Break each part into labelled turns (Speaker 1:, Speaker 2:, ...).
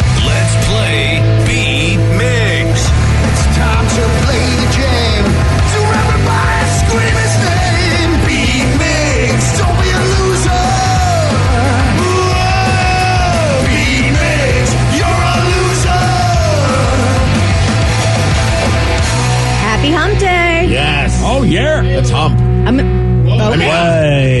Speaker 1: Let's play B Migs.
Speaker 2: It's time to play the game. So everybody scream his name. Beat Migs. Don't be a loser. Whoa. Beat Migs. You're a loser.
Speaker 3: Happy Hump Day.
Speaker 4: Yes.
Speaker 5: Oh yeah.
Speaker 4: It's hump.
Speaker 3: I'm,
Speaker 4: I mean,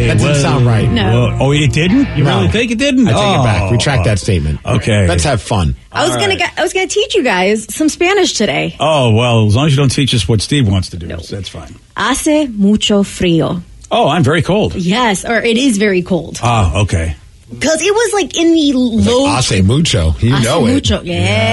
Speaker 4: that didn't sound right.
Speaker 3: No.
Speaker 5: Whoa. Oh, it didn't. You
Speaker 4: No.
Speaker 5: really think it didn't?
Speaker 4: I take
Speaker 5: Oh.
Speaker 4: it back. Retract that statement.
Speaker 5: Okay.
Speaker 4: Let's have fun.
Speaker 3: I was gonna get, I was gonna teach you guys some Spanish today.
Speaker 5: Oh well, as long as you don't teach us what Steve wants to do, that's fine.
Speaker 3: Hace mucho frío.
Speaker 5: Oh, I'm very cold.
Speaker 3: Yes, or it is very cold
Speaker 5: Ah, okay.
Speaker 3: because it was like in the
Speaker 4: It's
Speaker 3: low.
Speaker 4: Like, Ace mucho. You
Speaker 3: Hace
Speaker 4: know it.
Speaker 3: mucho.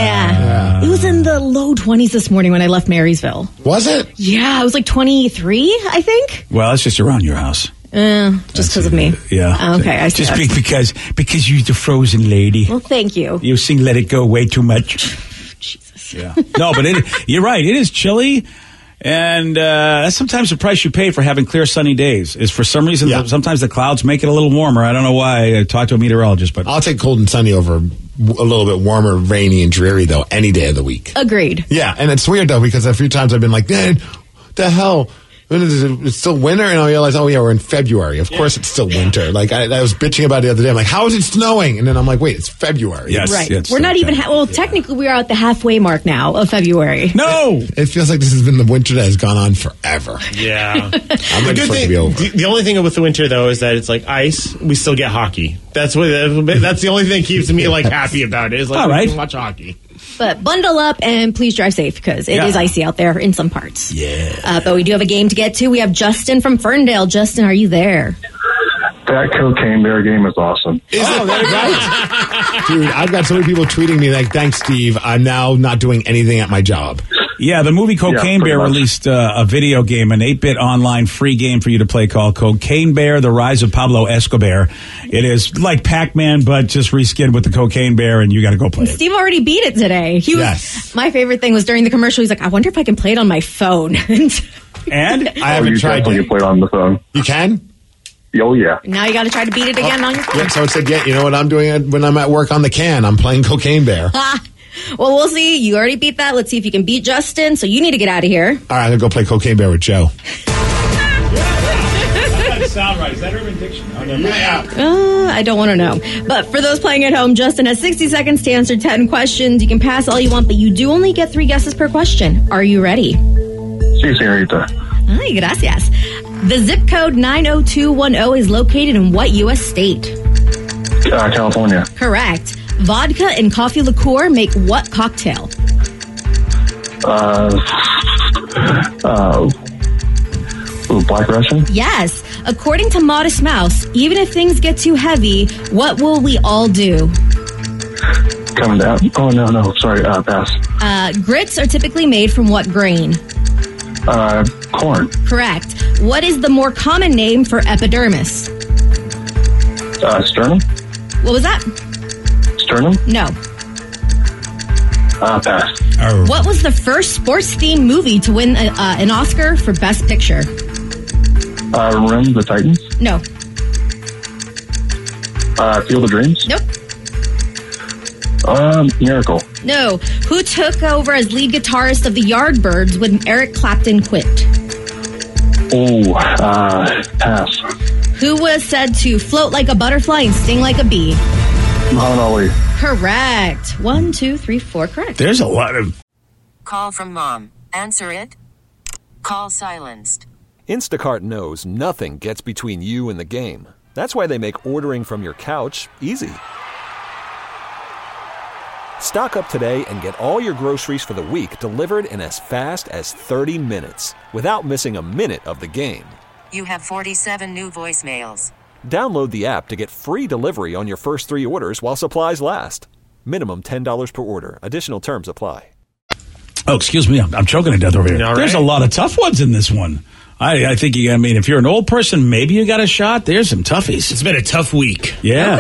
Speaker 3: Yeah. It was in the low 20s this morning when I left Marysville.
Speaker 4: Was it?
Speaker 3: Yeah, it was like 23, I think.
Speaker 5: Well, that's just around your house.
Speaker 3: Uh, just because of me. Oh,
Speaker 5: Yeah.
Speaker 3: Okay, I see. Oh,
Speaker 5: Just be- because because you're the frozen lady.
Speaker 3: well, thank you.
Speaker 5: You sing "Let It Go" way too much.
Speaker 3: Jesus.
Speaker 5: Yeah. no, but it, you're right. It is chilly. And uh, that's sometimes the price you pay for having clear sunny days is for some reason
Speaker 4: Yeah.
Speaker 5: sometimes the clouds make it a little warmer. I don't know why. I talked to a meteorologist, but
Speaker 4: I'll take cold and sunny over a little bit warmer, rainy, and dreary, though, any day of the week.
Speaker 3: Agreed.
Speaker 4: Yeah, and it's weird though because a few times I've been like, "Dad, the hell." When is it- It's still winter, and I realize, oh yeah, we're in February. Of course, it's still winter. Like I, I was bitching about it the other day. I'm like, how is it snowing? And then I'm like, wait, it's February.
Speaker 5: Yes.
Speaker 3: Right.
Speaker 5: it's
Speaker 3: We're not
Speaker 5: okay.
Speaker 3: even, ha- well, technically, we are at the halfway mark now of February.
Speaker 5: no.
Speaker 4: It feels like this has been the winter that has gone on forever.
Speaker 6: Yeah.
Speaker 4: I'm
Speaker 6: The good
Speaker 4: ready for it to
Speaker 6: thing,
Speaker 4: be over.
Speaker 6: the, the only thing with the winter though is that it's like ice. We still get hockey. That's what. That's the only thing keeps me like happy about it. Is like
Speaker 5: All
Speaker 6: we
Speaker 5: right.
Speaker 6: can watch hockey.
Speaker 3: But bundle up and please drive safe because it is
Speaker 5: Yeah.
Speaker 3: icy out there in some parts. Yeah. Uh, but we do have a game to get to. We have Justin from Ferndale. Justin, are you there?
Speaker 7: That cocaine bear game is awesome.
Speaker 4: Is
Speaker 5: Oh,
Speaker 4: it right? Dude, I've got so many people tweeting me like, "Thanks, Steve. I'm now not doing anything at my job."
Speaker 7: Oh,
Speaker 5: Yeah, the movie Cocaine
Speaker 7: pretty
Speaker 5: Bear
Speaker 7: much.
Speaker 5: released uh, a video game, an 8 bit online free game for you to play called Cocaine Bear The Rise of Pablo Escobar. It is like Pac Man, but just reskinned with the Cocaine Bear, and you got to go play it.
Speaker 3: Steve already beat it today. He was,
Speaker 4: Yes.
Speaker 3: My favorite thing was during the commercial, he's like, I wonder if I can play it on my phone. And
Speaker 5: And
Speaker 4: I
Speaker 7: oh,
Speaker 4: haven't
Speaker 7: you
Speaker 4: tried.
Speaker 7: definitely
Speaker 4: Yet.
Speaker 7: can play on the phone.
Speaker 4: You can.
Speaker 7: Oh yeah.
Speaker 3: now you got to try to beat it again on your phone.
Speaker 4: Yeah, someone said, "Yeah, you know what I'm doing when I'm at work on the can? I'm playing Cocaine Bear."
Speaker 3: Ah, well, we'll see. You already beat that. Let's see if you can beat Justin. So you need to get out of here.
Speaker 4: All right, I'm gonna go play Cocaine Bear with Joe.
Speaker 5: Is that Urban Dictionary?
Speaker 3: Uh, I don't want to know. But for those playing at home, Justin has 60 seconds to answer 10 questions. You can pass all you want, but you do only get three guesses per question. Are you ready?
Speaker 7: See you, senorita.
Speaker 3: Ay, gracias. The zip code 90210 is located in what U.S. state?
Speaker 7: Uh, California.
Speaker 3: Correct. Vodka and coffee liqueur make what cocktail?
Speaker 7: Uh, uh, ooh, Black Russian.
Speaker 3: Yes. According to Modest Mouse, even if things get too heavy, what will we all do?
Speaker 7: Coming down. Oh no, no, sorry. Uh, pass.
Speaker 3: Uh, grits are typically made from what grain?
Speaker 7: Uh, corn.
Speaker 3: Correct. What is the more common name for epidermis?
Speaker 7: Uh, sternum.
Speaker 3: What was that?
Speaker 7: Sternum.
Speaker 3: No.
Speaker 7: Uh, pass.
Speaker 3: What was the first sports themed movie to win a, uh, an Oscar for Best Picture?
Speaker 7: Uh, Rim the Titans.
Speaker 3: No.
Speaker 7: Uh, Field of Dreams.
Speaker 3: Nope.
Speaker 7: Um, Miracle.
Speaker 3: No. Who took over as lead guitarist of the Yardbirds when Eric Clapton quit?
Speaker 7: Oh, uh, pass.
Speaker 3: Who was said to float like a butterfly and sting like a bee?
Speaker 7: Muhammad Ali.
Speaker 3: Correct. One, two, three, four. Correct.
Speaker 5: There's a lot of.
Speaker 8: Call from mom. Answer it. Call silenced.
Speaker 9: Instacart knows nothing gets between you and the game. That's why they make ordering from your couch easy. Stock up today and get all your groceries for the week delivered in as fast as 30 minutes without missing a minute of the game.
Speaker 8: You have 47 new voicemails.
Speaker 9: Download the app to get free delivery on your first three orders while supplies last. Minimum $10 per order. Additional terms apply.
Speaker 5: Oh, excuse me. I'm, I'm choking to death over here.
Speaker 6: You all
Speaker 5: There's
Speaker 6: right?
Speaker 5: a lot of tough ones in this one. I, I think you. I mean, if you're an old person, maybe you got a shot. There's some toughies.
Speaker 6: It's been a tough week.
Speaker 5: Yeah.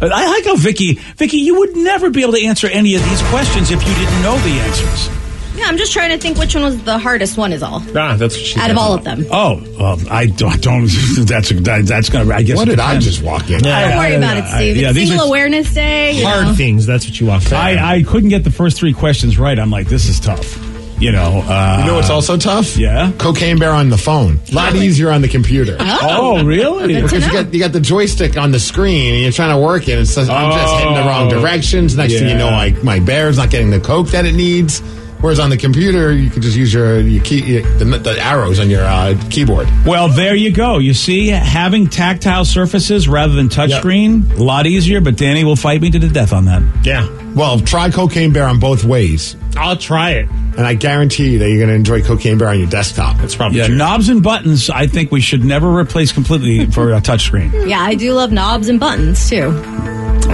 Speaker 5: But I like how Vicky. Vicky, you would never be able to answer any of these questions if you didn't know the answers.
Speaker 3: Yeah, I'm just trying to think which one was the hardest one, is all.
Speaker 6: Ah, that's what she
Speaker 3: Out
Speaker 6: said.
Speaker 3: of all of them.
Speaker 5: Oh, well, I don't. I don't that's that, that's gonna. I guess.
Speaker 4: What
Speaker 5: it
Speaker 4: did I
Speaker 5: depends.
Speaker 4: just walk in?
Speaker 3: Don't worry about it,
Speaker 5: I-
Speaker 3: Steve.
Speaker 5: yeah,
Speaker 3: it's
Speaker 5: these
Speaker 3: Single
Speaker 5: are-
Speaker 3: Awareness Day. you know.
Speaker 6: Hard things. That's what you walked. out.
Speaker 5: I, I couldn't get the first three questions right. I'm like, this is tough. You know. Uh,
Speaker 4: You know what's also tough?
Speaker 5: Yeah.
Speaker 4: Cocaine bear on the phone. A lot easier on the computer.
Speaker 5: Oh, really?
Speaker 3: Good to
Speaker 4: Because you
Speaker 3: know.
Speaker 4: got you got the joystick on the screen and you're trying to work it. It's just, I'm just hitting the wrong
Speaker 5: Oh.
Speaker 4: directions. Next thing you know,
Speaker 5: Yeah.
Speaker 4: like my bear's not getting the coke that it needs. Whereas on the computer, you can just use your, your key your, the, the arrows on your uh, keyboard.
Speaker 5: Well, there you go. You see, having tactile surfaces rather than touchscreen, a lot easier, but Danny will fight me to the death on that.
Speaker 6: yeah,
Speaker 4: Well, try cocaine bear on both ways,
Speaker 6: I'll try it.
Speaker 4: and I guarantee you that you're going to enjoy cocaine bear on your desktop.
Speaker 6: That's probably
Speaker 5: Yeah,
Speaker 6: true.
Speaker 5: knobs and buttons, I think we should never replace completely for a touchscreen.
Speaker 3: Yeah, I do love knobs and buttons, too.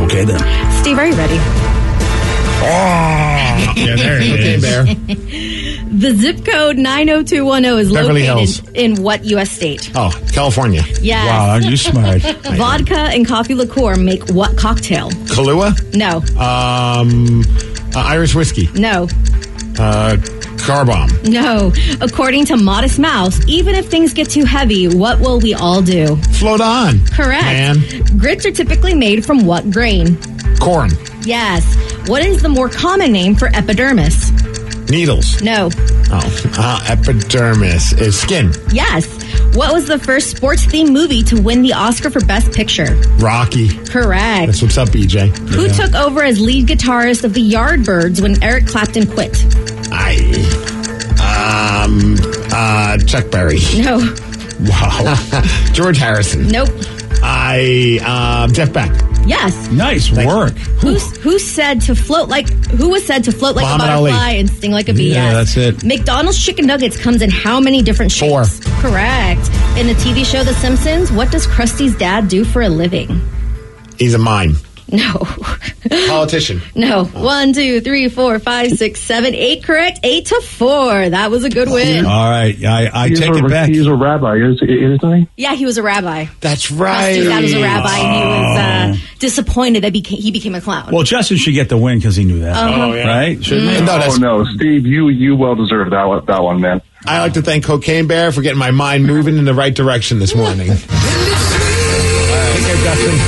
Speaker 5: Okay, then.
Speaker 3: Steve, are you ready?
Speaker 6: yeah, there it
Speaker 4: cocaine
Speaker 6: is.
Speaker 4: bear.
Speaker 3: The zip code 90210 is
Speaker 4: Beverly Hills.
Speaker 3: located in, in what U.S. state?
Speaker 4: Oh, California,
Speaker 3: Yes.
Speaker 5: Wow, are you smart?
Speaker 3: Vodka and coffee liqueur make what cocktail?
Speaker 4: Kahlua,
Speaker 3: No,
Speaker 4: um, uh, Irish whiskey,
Speaker 3: no,
Speaker 4: uh, car bomb.
Speaker 3: no. According to Modest Mouse, even if things get too heavy, what will we all do?
Speaker 4: Float on.
Speaker 3: Correct.
Speaker 4: Man.
Speaker 3: Grits are typically made from what grain?
Speaker 4: Corn.
Speaker 3: Yes. What is the more common name for epidermis?
Speaker 4: Needles.
Speaker 3: No.
Speaker 4: Oh. Uh, epidermis is skin.
Speaker 3: Yes. What was the first sports themed movie to win the Oscar for Best Picture?
Speaker 4: Rocky.
Speaker 3: Correct.
Speaker 4: That's what's up, E BJ.
Speaker 3: Who took over as lead guitarist of the Yardbirds when Eric Clapton quit?
Speaker 4: I. Um. Uh. Chuck Berry.
Speaker 3: No.
Speaker 4: Wow. George Harrison.
Speaker 3: Nope.
Speaker 4: I. Um. Jeff Beck.
Speaker 3: Yes.
Speaker 5: Nice work.
Speaker 3: Who, who said to float like who was said to float like
Speaker 4: Muhammad
Speaker 3: a butterfly
Speaker 4: Ali.
Speaker 3: and sting like a bee?
Speaker 5: Yeah,
Speaker 3: Yes.
Speaker 5: that's it.
Speaker 3: McDonald's chicken nuggets comes in how many different
Speaker 4: Four.
Speaker 3: shapes? Correct. In the TV show The Simpsons, what does Krusty's dad do for a living?
Speaker 4: He's a mime.
Speaker 3: No.
Speaker 4: Politician.
Speaker 3: No. One, two, three, four, five, six, seven, eight. Correct. Eight to four. That was a
Speaker 5: Oh,
Speaker 3: good win.
Speaker 5: All right, I, I
Speaker 7: He's
Speaker 5: take
Speaker 7: a,
Speaker 5: it back.
Speaker 7: He's a rabbi, is, isn't he?
Speaker 3: Yeah, he was a rabbi.
Speaker 4: That's
Speaker 3: Krusty's dad was a
Speaker 4: right.
Speaker 3: rabbi. and He was uh, disappointed that beca- he became a clown.
Speaker 5: Well, Justin should get the win because he knew that.
Speaker 6: Oh, yeah.
Speaker 5: Right? Shouldn't he?
Speaker 4: Mm-hmm. No,
Speaker 7: Oh
Speaker 4: that's,
Speaker 7: no, Steve, you you well deserve that one, that one, man.
Speaker 4: I like to thank Cocaine Bear for getting my mind moving in the right direction this morning. Take care, Dustin.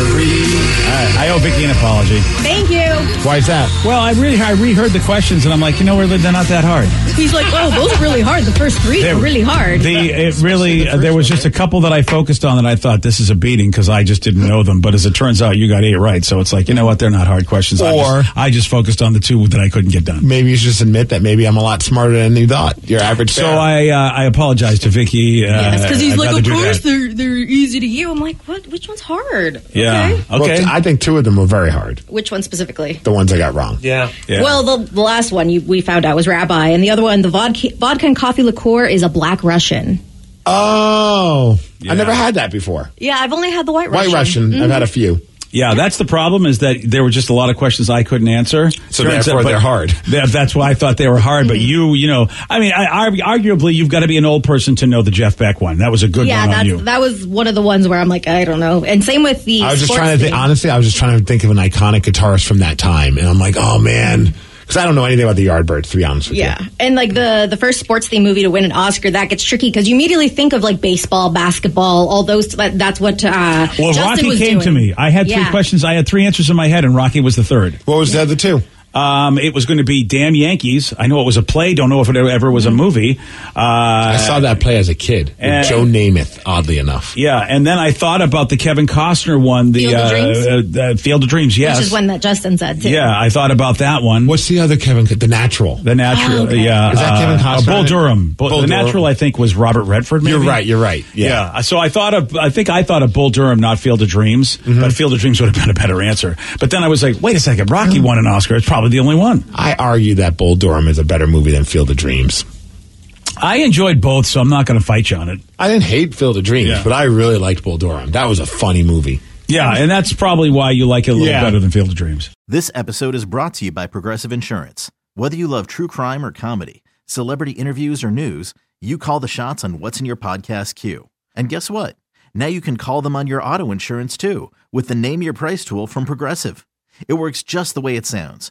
Speaker 5: I owe Vicky an apology.
Speaker 3: Thank you.
Speaker 4: Why is that?
Speaker 5: Well, I really I reheard the questions and I'm like, you know, really, they're not that hard.
Speaker 3: He's like, oh, those are really hard. The first three
Speaker 5: They
Speaker 3: were
Speaker 5: were-
Speaker 3: really hard.
Speaker 5: The it really uh, there was just a couple that I focused on that I thought this is a beating because I just didn't know them. But as it turns out, you got eight right, so it's like you know what they're not hard questions. I
Speaker 4: Or-
Speaker 5: just, I just focused on the two that I couldn't get done.
Speaker 4: Maybe you should just admit that maybe I'm a lot smarter than you thought. Your average.
Speaker 5: So
Speaker 4: bear.
Speaker 5: I uh, I apologize to Vicky. Uh,
Speaker 3: Yes, because he's
Speaker 5: I'd
Speaker 3: like,
Speaker 5: rather
Speaker 3: of
Speaker 5: do
Speaker 3: course
Speaker 5: that.
Speaker 3: they're they're easy to you. I'm like, what? Which one's hard?
Speaker 5: Yeah. Uh,
Speaker 3: Okay.
Speaker 4: Well,
Speaker 5: Okay.
Speaker 4: I think two of them were very hard.
Speaker 3: Which one specifically?
Speaker 4: The ones I got wrong.
Speaker 6: Yeah.
Speaker 5: Yeah.
Speaker 3: Well, the, the last one you, we found out was Rabbi, and the other one, the vodka, vodka and coffee liqueur, is a Black Russian.
Speaker 4: Oh,
Speaker 5: Yeah.
Speaker 4: I never had that before.
Speaker 3: Yeah, I've only had the White Russian.
Speaker 4: White Russian. I've had a few.
Speaker 5: yeah, that's the problem is that there were just a lot of questions I couldn't answer.
Speaker 4: So
Speaker 5: Turns
Speaker 4: therefore
Speaker 5: but
Speaker 4: they're hard.
Speaker 5: that- that's why I thought they were hard.
Speaker 3: Mm-hmm.
Speaker 5: But you, you know, I mean, I, I, arguably you've got to be an old person to know the Jeff Beck one. That was a good
Speaker 3: Yeah,
Speaker 5: one on you.
Speaker 3: that's, that was one of the ones where I'm like, I don't know. And same with the.
Speaker 4: I was just
Speaker 3: sports
Speaker 4: trying to think.
Speaker 3: thing.
Speaker 4: Honestly, I was just trying to think of an iconic guitarist from that time, and I'm like, oh man, because I don't know anything about the Yardbirds, to be honest with
Speaker 3: Yeah,
Speaker 4: you.
Speaker 3: and like the the first sports theme movie to win an Oscar, that gets tricky because you immediately think of like baseball, basketball, all those. That, that's what. Uh,
Speaker 5: well,
Speaker 3: Justin
Speaker 5: Rocky
Speaker 3: was
Speaker 5: came
Speaker 3: doing.
Speaker 5: to me. I had three
Speaker 3: Yeah.
Speaker 5: questions. I had three answers in my head, and Rocky was the third.
Speaker 4: What was the other two?
Speaker 5: Um, it was going to be Damn Yankees. I know it was a play. Don't know if it e-, ever was a
Speaker 3: Mm-hmm.
Speaker 5: movie.
Speaker 4: I
Speaker 5: Uh,
Speaker 4: saw that play as a kid. with
Speaker 5: uh,
Speaker 4: Joe Namath, oddly enough.
Speaker 5: yeah, and then I thought about the Kevin Costner one, the
Speaker 3: Field of Dreams?
Speaker 5: uh, uh, Field of Dreams. Yes,
Speaker 3: Which is one that Justin said too.
Speaker 5: yeah, I thought about that one.
Speaker 4: What's the other Kevin? The Natural.
Speaker 5: the natural?
Speaker 3: Oh, okay.
Speaker 5: Yeah,
Speaker 4: Is that
Speaker 5: uh,
Speaker 4: Kevin Costner?
Speaker 5: uh, Bull Durham. Bull,
Speaker 4: Bull
Speaker 5: the
Speaker 4: Durham.
Speaker 5: natural, I think, was Robert Redford. Maybe?
Speaker 4: You're right. You're right. Yeah.
Speaker 5: Yeah. So I thought of, I think I thought of Bull Durham, not Field of Dreams, but Field of Dreams would have been a better answer. But then I was like, wait a second, Rocky won an Oscar. It's probably the only one.
Speaker 4: I argue that Bull Durham is a better movie than Field of Dreams.
Speaker 5: I enjoyed both, so I'm not going to fight you on it.
Speaker 4: I didn't hate Field of Dreams,
Speaker 5: Yeah.
Speaker 4: but I really liked Bull Durham. That was a funny movie.
Speaker 5: Yeah, and that's probably why you like it a little
Speaker 6: Yeah.
Speaker 5: better than Field of Dreams.
Speaker 10: This episode is brought to you by Progressive Insurance. Whether you love true crime or comedy, celebrity interviews or news, you call the shots on what's in your podcast queue. And guess what? Now you can call them on your auto insurance too with the Name Your Price tool from Progressive. It works just the way it sounds.